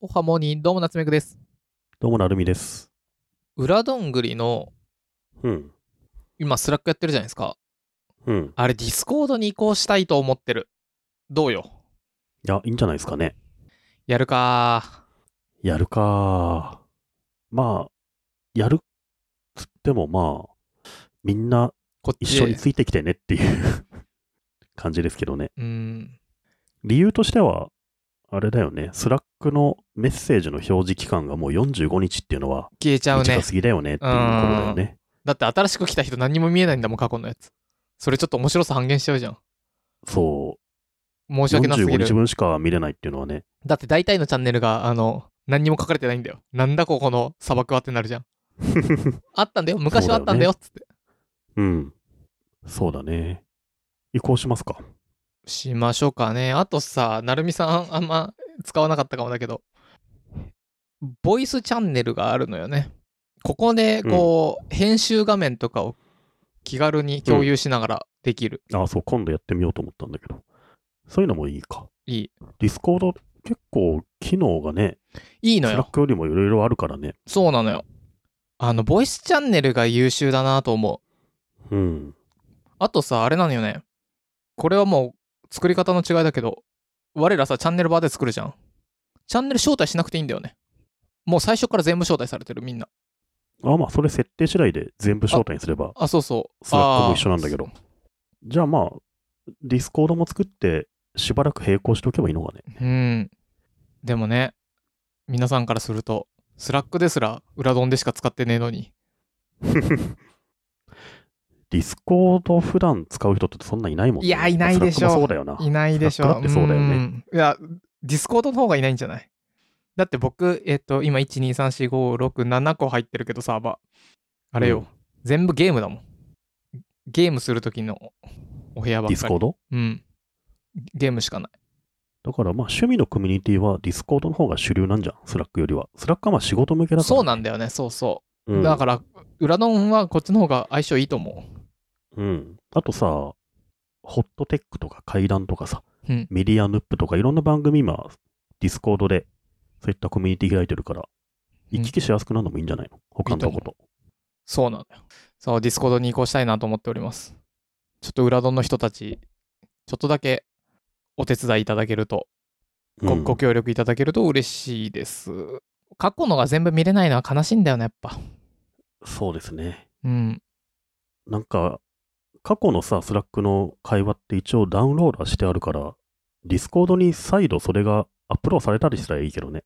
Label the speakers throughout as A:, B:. A: おはモーニー、どうも夏目くです。
B: どうもなるみです。
A: 裏どんぐりの、
B: うん。
A: 今、スラックやってるじゃないですか。
B: うん。
A: あれ、ディスコードに移行したいと思ってる。どうよ。
B: いや、いいんじゃないですかね。
A: やるか
B: やるかまあ、やるっつってもまあ、みんな
A: こっち
B: 一緒に
A: で
B: ついてきてねっていう感じですけどね。
A: うん。
B: 理由としては、あれだよね。スラックのメッセージの表示期間がもう45日っていうのは、
A: 消えちゃう
B: 近
A: ね。
B: すぎだよねっていうことだよね。
A: だって、新しく来た人何にも見えないんだもん、過去のやつ。それちょっと面白さ半減しちゃうじゃん。
B: そう。
A: 申し訳なすぎ
B: 45日
A: る。
B: 分しか見れないっていうのはね。
A: だって、大体のチャンネルが、あの、何にも書かれてないんだよ。なんだここの砂漠はってなるじゃん。あったんだよ。昔はあったんだよ。つって。
B: うん。そうだね。移行しますか。
A: しましょうかね。あとさ、なるみさんあんま使わなかったかもだけど、ボイスチャンネルがあるのよね。ここで、こう、編集画面とかを気軽に共有しながらできる。
B: あ、そう、今度やってみようと思ったんだけど。そういうのもいいか。
A: いい。
B: ディスコード、結構、機能がね、
A: いい
B: ス
A: の
B: ラッ
A: よ。
B: クよりもいろいろあるからね。
A: そうなのよ。あの、ボイスチャンネルが優秀だなと思う。
B: うん。
A: あとさ、あれなのよね。これはもう作り方の違いだけど、我らさ、チャンネルバーで作るじゃん。チャンネル招待しなくていいんだよね。もう最初から全部招待されてる、みんな。
B: あ、まあ、それ設定次第で全部招待にすれば。
A: あ、そうそう。
B: スラックも
A: あー
B: 一緒なんだけど。じゃあまあ、ディスコードも作って、しばらく並行しておけばいいのがね。
A: うん。でもね、皆さんからすると、スラックですら裏ドンでしか使ってねえのに。
B: ディスコード普段使う人ってそんないないもんね。
A: いやいないでしょ
B: スラックもそうだよな。
A: いないでしょ。
B: スラックだってそうだよね
A: んいや、ディスコードの方がいないんじゃないだって僕、えっ、と、今、1、2、3、4、5、6、7個入ってるけど、サーバー。あれよ、
B: うん
A: 全部ゲームだもん。ゲームするときのお部屋ばっかり。
B: ディスコード
A: うん。ゲームしかない。
B: だからまあ、趣味のコミュニティはディスコードの方が主流なんじゃん。スラックよりは。スラックはまあ仕事向けだから。
A: そうなんだよね、そうそうう。
B: ん
A: だから、裏ドンはこっちの方が相性いいと思う。
B: うん。あとさ、ホットテックとか怪談とかさ、
A: うん
B: メディアヌップとかいろんな番組今、ディスコードでそういったコミュニティ開いてるから、行き来しやすくなるのもいいんじゃないの、他のとこと。
A: そうなのよ。そう、ディスコードに移行したいなと思っております。ちょっと裏丼の人たち、ちょっとだけお手伝いいただけると、ご,、
B: うん
A: ご協力いただけると嬉しいです。過去のが全部見れないのは悲しいんだよね、やっぱ。
B: そうですね。
A: うん。
B: なんか、過去のさ、スラックの会話って一応ダウンロードはしてあるから、ディスコードに再度それがアップロードされたりしたらいいけどね。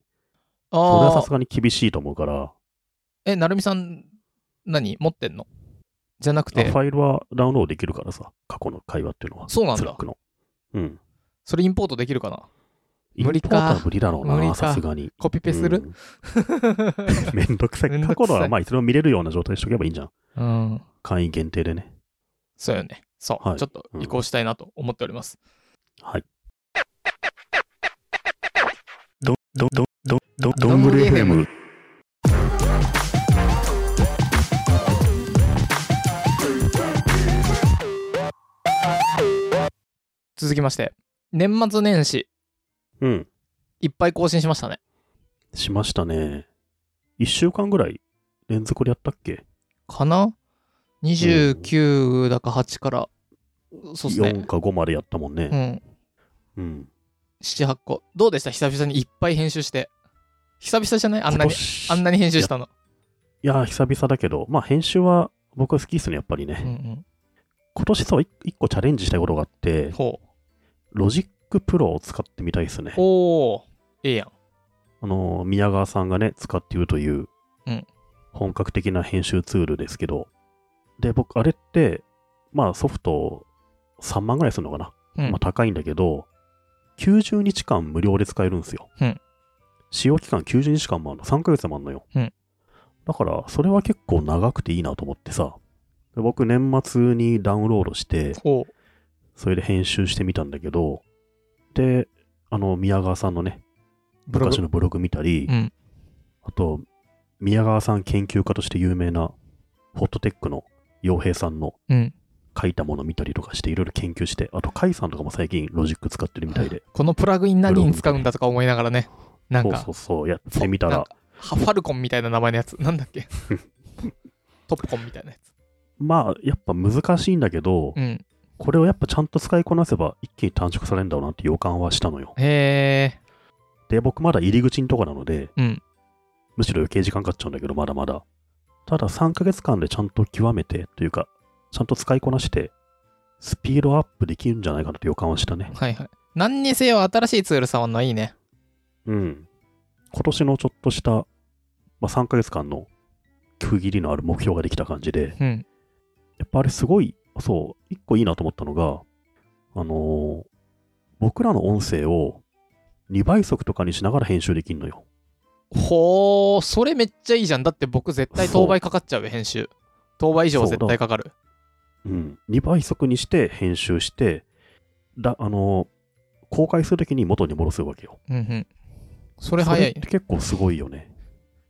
B: それは
A: あ
B: さ
A: あ
B: す、がに厳しいと思うから、
A: え、なるみさん、何持ってんのじゃなく
B: あ
A: て
B: フ、ァイルはダウンロードできるからさ、過去の会話っていうのは。
A: そうなん
B: ス
A: だ
B: ラックの。うん。
A: それインポートできるかな無理か
B: インポートは無理だろう
A: 無理
B: な、
A: か
B: さすがに。
A: コピペする、
B: うん めんどくさい。
A: めんどくさ
B: 過
A: い
B: 去のはまあいつでも見れるような状態にしとけばいいんじゃん。
A: うん、
B: 会員限定でね。
A: そうよね。そう、
B: はい
A: ちょっと移行したいなと思っております。
B: はい。
A: どどんぐり FM。続きまして年末年始
B: うん。
A: いっぱい更新しましたね
B: しましたね。1週間ぐらい連続でやったっけ
A: かな29だか8から、そうっすね
B: ?4 か5までやったもん
A: う
B: ね。
A: ん
B: うん。
A: 78個どうでした久々にいっぱい編集して久々じゃないあんな
B: 今
A: に
B: 年
A: あんなに編集したの
B: いやー、久々だけど、まあ編集は僕は好きっすね、やっぱり
A: うん
B: ね。
A: うん
B: 今年さ、1個チャレンジしたいことがあって、
A: ほう
B: ロジックプロを使ってみたいっすね。
A: おおええやん
B: あのー宮川さんがね、使っているという
A: うん、
B: 本格的な編集ツールですけど、で、僕、あれって、まあ、ソフト3万ぐらいするのかな。
A: うん
B: まあ、高いんだけど、90日間無料で使えるんですよ。
A: うん
B: 使用期間90日間もあるの、3ヶ月もあるのよ。
A: うん
B: だから、それは結構長くていいなと思ってさ、で僕、年末にダウンロードして、
A: ほう
B: それで編集してみたんだけど、で、あの、宮川さんのね、
A: ブログ
B: 昔のブログ見たり、
A: うん
B: あと、宮川さん研究家として有名な、ホットテックの洋平さんの
A: うん
B: 書いたもの見たりとかして、いろいろ研究して、あと、甲斐さんとかも最近ロジック使ってるみたいで、
A: このプラグイン何に使うんだとか思いながらね。なん
B: そう
A: か
B: そうそう、やってみた
A: なん
B: ら
A: か、ハファルコンみたいな名前のやつなんだっ けトップコンみたいなやつ
B: まあ、やっぱ難しいんだけど、
A: うん
B: これをやっぱちゃんと使いこなせば、一気に短縮されるんだろうなっていう予感はしたのよ。
A: へえ
B: で、僕まだ入り口のとこなので、
A: うん
B: むしろ余計時間かかっちゃうんだけど、まだまだ。ただ、3ヶ月間でちゃんと極めて、というか、ちゃんと使いこなして、スピードアップできるんじゃないかなって予感はしたね。
A: はいはい何にせよ新しいツール触んのはいいね
B: うん。今年のちょっとした、まあ、3ヶ月間の区切りのある目標ができた感じで、
A: うん
B: やっぱあれすごい、そう、一個いいなと思ったのが、あのー僕らの音声を2倍速とかにしながら編集できるのよ。
A: ほーそれめっちゃいいじゃんだって僕絶対当倍かかっちゃうよ編集当倍以上絶対かかる
B: うん。2倍速にして編集して、だあのー公開するときに元に戻すわけよ。
A: うんうんそ
B: こ
A: れ早い
B: って結構すごいよね。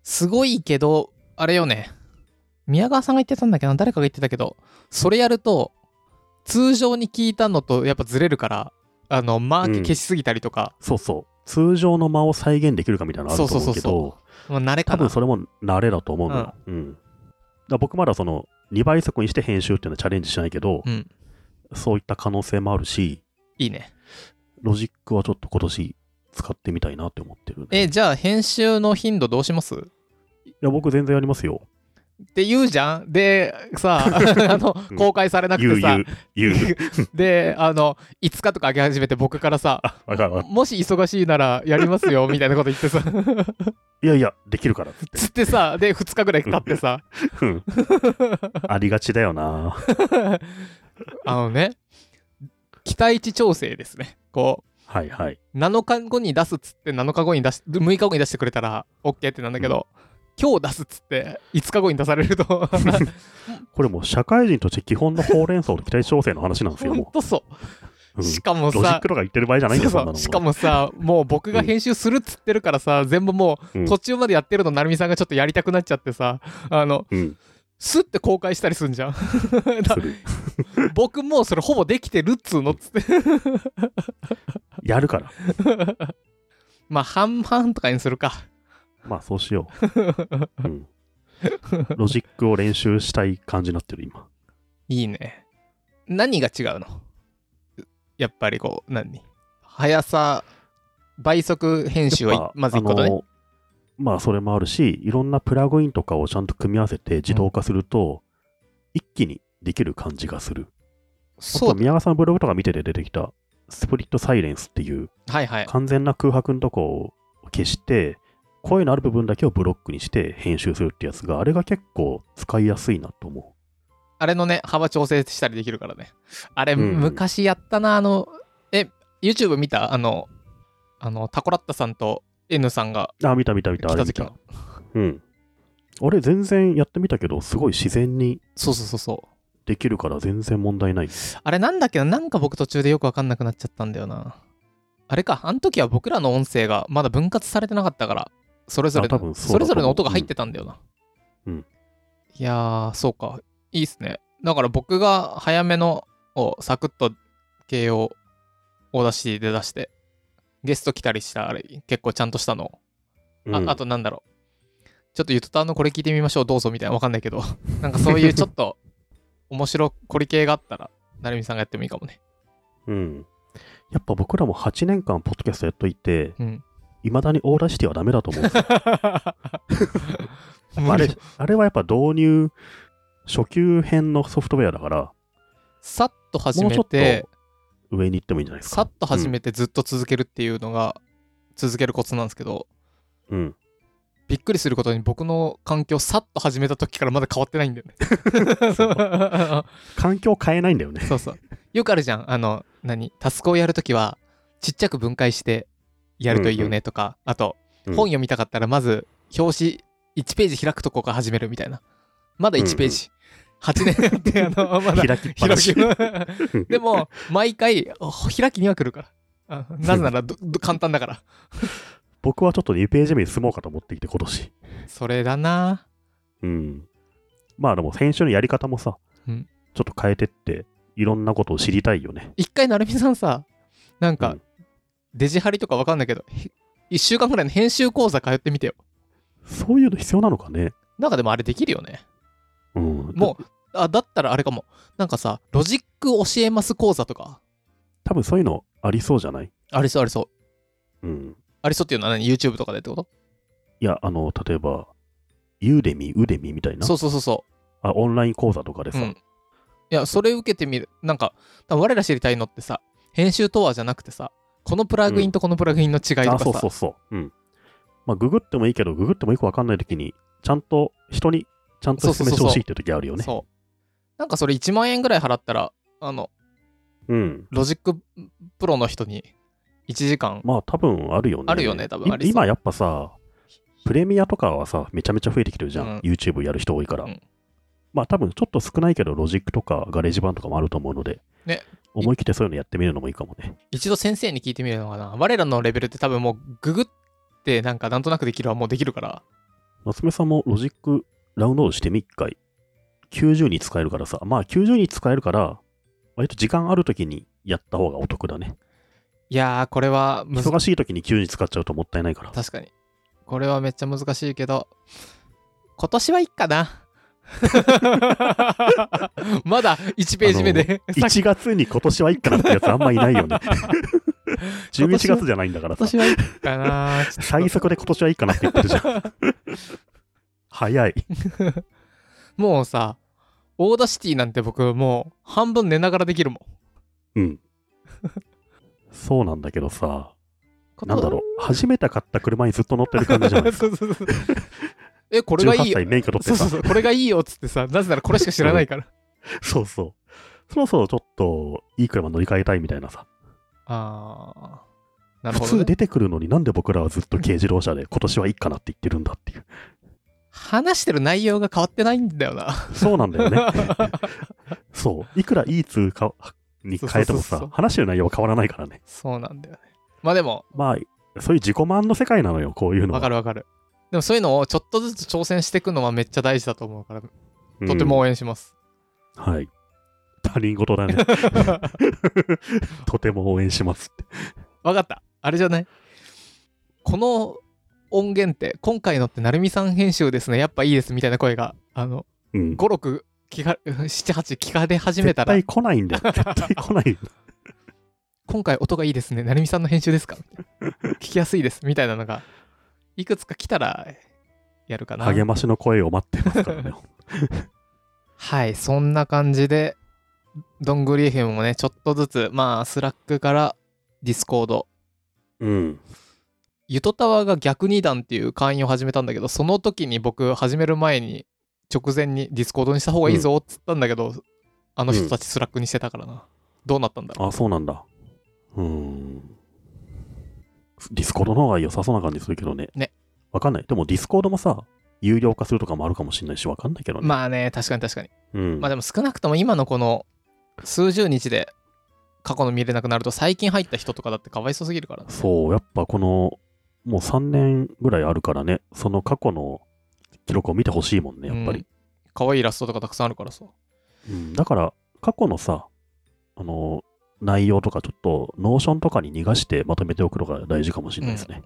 A: すごいけど、あれよね。宮川さんが言ってたんだけど、誰かが言ってたけど、それやると、通常に聞いたのとやっぱずれるから、あの、マーク消しすぎたりとか、
B: そうそう。通常の間を再現できるかみたいなのあると思う
A: そうそ
B: けど、
A: うそうそまあ、慣れか
B: 多
A: な
B: 分。それも慣れだと思うのよ。うん。だから僕まだその2倍速にして編集っていうのはチャレンジしないけど、
A: うん、
B: そういった可能性もあるし、
A: いいね。
B: ロジックはちょっと今年使ってみたいなって思ってる、ね。
A: え、じゃあ、編集の頻度どうしますっ
B: いや、僕全然やりますよ。
A: て言うじゃんで、 さ、あの
B: うん、
A: 公開されなく
B: 言う
A: てさ
B: 言う、言 う。
A: で、あの、5日とか上げ始めて僕からさ、
B: わかるわかる
A: もし忙しいならやります よ、みたいなこと言ってさ、
B: いやいや、できるからっつって。
A: つってさ、で、2日ぐらい経ってさ、
B: うんありがちだよな。
A: あのね、期待値調整ですね。こ
B: はいはい。
A: う、7日後に出すっつって、7日後に出し、6日後に出してくれたら、OK ってなんだけど、今日出すっつって、5日後に出される と、
B: これもう社会人として基本のほうれん草と期待調整の話なんですよ、
A: ほん
B: も。
A: とそう
B: う
A: う。
B: ん
A: しかも
B: ロジッ
A: さ
B: ク、とか言ってる場合じゃないん
A: そ
B: で
A: う
B: すよ、
A: そ
B: そんな
A: う
B: の。
A: しか、もさ、もう僕が編集するっつってるからさ、全部も
B: うん
A: う、途中までやってるの、成美さんがちょっとやりたくなっちゃってさ、あの、
B: うん、
A: スッて公開したりすんじゃん。だ
B: する。
A: 僕もうそれほぼできてるっつうのっつって。
B: やるから。
A: まあ、半々とかにするか。
B: まあ、そうしよう。うん、ロジックを練習したい感じになってる、今。
A: いいね。何が違うのやっぱりこう、何速さ、倍速編集
B: やっ
A: は
B: ぱ
A: まず一個だ
B: あ
A: ね。
B: のまあそれもあるしいろんなプラグインとかをちゃんと組み合わせて自動化すると、一気にできる感じがする
A: そうだ。
B: 宮川さんのブログとか見てて出てきたスプリットサイレンスっていう
A: はいはい。
B: 完全な空白のとこを消して声のある部分だけをブロックにして編集するってやつがあれが結構使いやすいなと思
A: あれのね、幅調整したりできるからね。あれ、
B: うん
A: 昔やったな、あの、え、YouTube 見たあの、あの、タコラッタさんと N さんが
B: うあ見た見た見た
A: 来
B: あ
A: た
B: れ見
A: 時
B: た
A: の。
B: うんあれ全然やってみたけどすごい自然に
A: そうそうそうそう。
B: できるから全然問題ない
A: あれなんだっけど、なんか僕途中でよくわかんなくなっちゃったんだよな。あれか、あの時は僕らの音声がまだ分割されてなかったから、それぞれ
B: あ
A: の
B: 多分
A: そ
B: そうだと思
A: れ
B: う
A: ぞれの音が入ってたんだよな。
B: うんうん
A: いやー、そうか。いいっすね。だから僕が早めのをサクッと形を大出しで出して、ゲスト来たりしたあれ、結構ちゃんとしたのをあ
B: うん
A: あとなんだろう。ちょっとゆとたんのこれ聞いてみましょう、どうぞみたいな、わかんないけど、 なんかそういうちょっと面白こり系があったら、成美さんがやってもいいかもね。
B: うん。やっぱ僕らも8年間ポッドキャストやっといて、
A: うん。
B: いまだにオーダーシティはダメだ と思うんですよあれ、あれはやっぱ導入、初級編のソフトウェアだから、
A: さっと始
B: もうちょ
A: め
B: っと
A: て、
B: 上に行ってもいいんじゃないです
A: さ
B: か。
A: っと始めてずっと続けるっていうのが、続けるコツなんですけど、
B: うん。
A: びっくりすることに僕の環境、さっと始めた時からまだ変わってないんだよね。
B: 環境変えないんだよね。
A: そうそう。よくあるじゃん。あの、何タスクをやるときは、ちっちゃく分解してやるといいよねとか、あと、
B: う
A: 本
B: ん
A: 読みたかったら、まず、表紙1ページ開くとこから始めるみたいな。まだ1ページ。8年やって、あの、まだ
B: 開きっぱ
A: 開
B: なし
A: き。でも、毎回、お開きには来るから。あなぜならど、ど簡単だから。
B: 僕はちょっと2ページ目に進もうかと思ってきて、今年。
A: それだな
B: うん。まあでも、編集のやり方もさ、
A: うん
B: ちょっと変えてって、いろんなことを知りたいよね。
A: 一回、成美さんさ、なんか、
B: うん
A: デジハリとかわかんないけど、へ1週間ぐらいの編集講座通ってみてよ。
B: そういうの必要なのかね。
A: なんかでもあれできるよね。
B: うん。
A: もう、あだったらあれかも。なんかさ、ロジック教えます講座とか。
B: 多分そういうのありそうじゃない
A: ありそうありそう。
B: うん。
A: ありそうっていうのは何 ?YouTube とかでってこと
B: いや、あの、例えば、ユーデミ、ウデミみたいな。
A: そうそうそうそ
B: あ、オンライン講座とかで
A: う。
B: さ。
A: うん。いや、それ受けてみる。なんか、多分我ら知りたいのってさ、編集とはじゃなくてさ、このプラグインとこのプラグインの違いとかさ、
B: あ、そうそうそう。うん。まあ、ググってもいいけど、ググってもよくわかんないときに、ちゃんと人に、ちゃんと説明してほしいって時あるよね。
A: そうなんかそれ1万円ぐらい払ったら、あの、
B: うん。
A: ロジックプロの人に1時間、
B: まあ、多分あるよね。
A: あるよね多分
B: い
A: ありそう
B: 今やっぱさ、プレミアとかはさ、めちゃめちゃ増えてきてるじゃん。
A: うん
B: YouTube やる人多いから。
A: うん
B: まあ、多分ちょっと少ないけど、ロジックとかガレージ版とかもあると思うので、
A: ね
B: 思い切ってそういうのやってみるのもいいかもね。
A: 一度先生に聞いてみるのかな。我らのレベルって多分もうググってなんかなんとなくできるはもうできるから。
B: 夏目さんもロジックダウンロードしてみ、一回。90に使えるからさ。まあ90に使えるから、割と時間ある時にやった方がお得だね。
A: いやー、これは難
B: 忙しい時に90に使っちゃうともったいないから。
A: 確かに。これはめっちゃ難しいけど、今年はいっかな。 まだ1ページ目で。さ っき
B: 1月に今年はいっかなってやつあんまいないよね。11月じゃないんだから
A: 今年
B: さ。
A: はいっかな。ちょっと
B: 最速で今年はいっかなって言ってるじゃん。早い。
A: もうさ、オーダーシティなんて僕もう半分寝ながらできるもん。
B: うん。そうなんだけどさ、
A: こと
B: なんだろう。初めて買った車にずっと乗ってる感じじゃないですか。
A: そうそうそう え、 これがいい
B: 18
A: よ
B: 歳。免許取って
A: そう
B: さ
A: そう。そう、これがいいよっつってさ、なぜならこれしか知らないから。
B: そうそう。そろそろちょっと、いい車乗り換えたいみたいなさ。
A: あー、なる
B: 普
A: ほど、
B: 通
A: ね。
B: 出てくるのになんで僕らはずっと軽自動車で今年はいいかなって言ってるんだっていう。
A: 話してる内容が変わってないんだよな。
B: そうなんだ よね。そう。いくらいい通貨に変えて
A: そうそうそ
B: も
A: うそ
B: さ
A: う、
B: 話してる内容は変わらないからね。
A: そうなんだよね。まあでも、
B: まあ、そういう自己満の世界なのよ、こういうのは。
A: わかるわかる。でもそういうのをちょっとずつ挑戦していくのはめっちゃ大事だと思うから、とても応援します。
B: うん。はい。他人事 だね。
A: わ
B: とても応援しますって。
A: かった。あれじゃないこの音源って、今回のって成美さん編集ですね、やっぱいいですみたいな声が、あの、
B: うん。
A: 5、6聞か、7、8聞かれ始め
B: 絶
A: たら
B: 対、来ないんだよ。絶対来ない。
A: 今回音がいいですね、成美さんの編集ですかみたいな聞きやすいですみたいなのが、いくつか来たら、やるか な。
B: 励ましの声を待ってますからね。
A: はい、そんな感じで、どんぐり FM もね、ちょっとずつ、まあ、スラックからディスコード、
B: うん。
A: ゆとたわが逆二段っていう会員を始めたんだけど、その時に僕、始める前に、直前にディスコードにした方がいいぞっつったんだけど、あの人たちスラックにしてたからな。どうなったんだろ
B: あ、そうなんだ。うーん。ディスコードの方が良さそうな感じするけどね。
A: ね。
B: わかんない。でもディスコードもさ、有料化するとかもあるかもしれないし、わかんないけど
A: う。
B: ね。あ、
A: まあね、確かに確かに。
B: うん。
A: まあでも少なくとも今のこの数十日で過去の見れなくなると、最近入った人とかだってかわいそうすぎるからね。
B: そう、やっぱこの、もう3年ぐらいあるからね、その過去の記録を見てほしいもんね、やっぱ
A: うん
B: り。
A: 可愛いイラストとかたくさんあるからさ。
B: うん。だから、過去のさ、あの、内容とかちょっと、ノーションとかに逃がしてまとめておくのが大事かもしれないですね。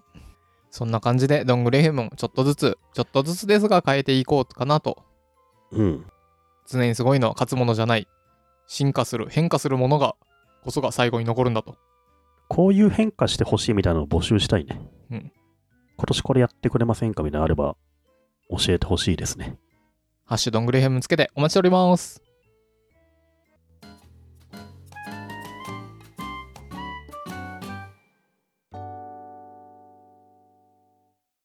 A: そんな感じで、どんぐり FM もちょっとずつ、ちょっとずつですが変えていこうかなと。
B: うん。
A: 常にすごいのは勝つものじゃない。進化する、変化するものが、こそが最後に残るんだと。
B: こういう変化してほしいみたいなのを募集したいね。
A: うん
B: 今年これやってくれませんかみたいなのあれば教えてほしいですね。
A: ハッシュどんぐり FM つけてお待ちしております。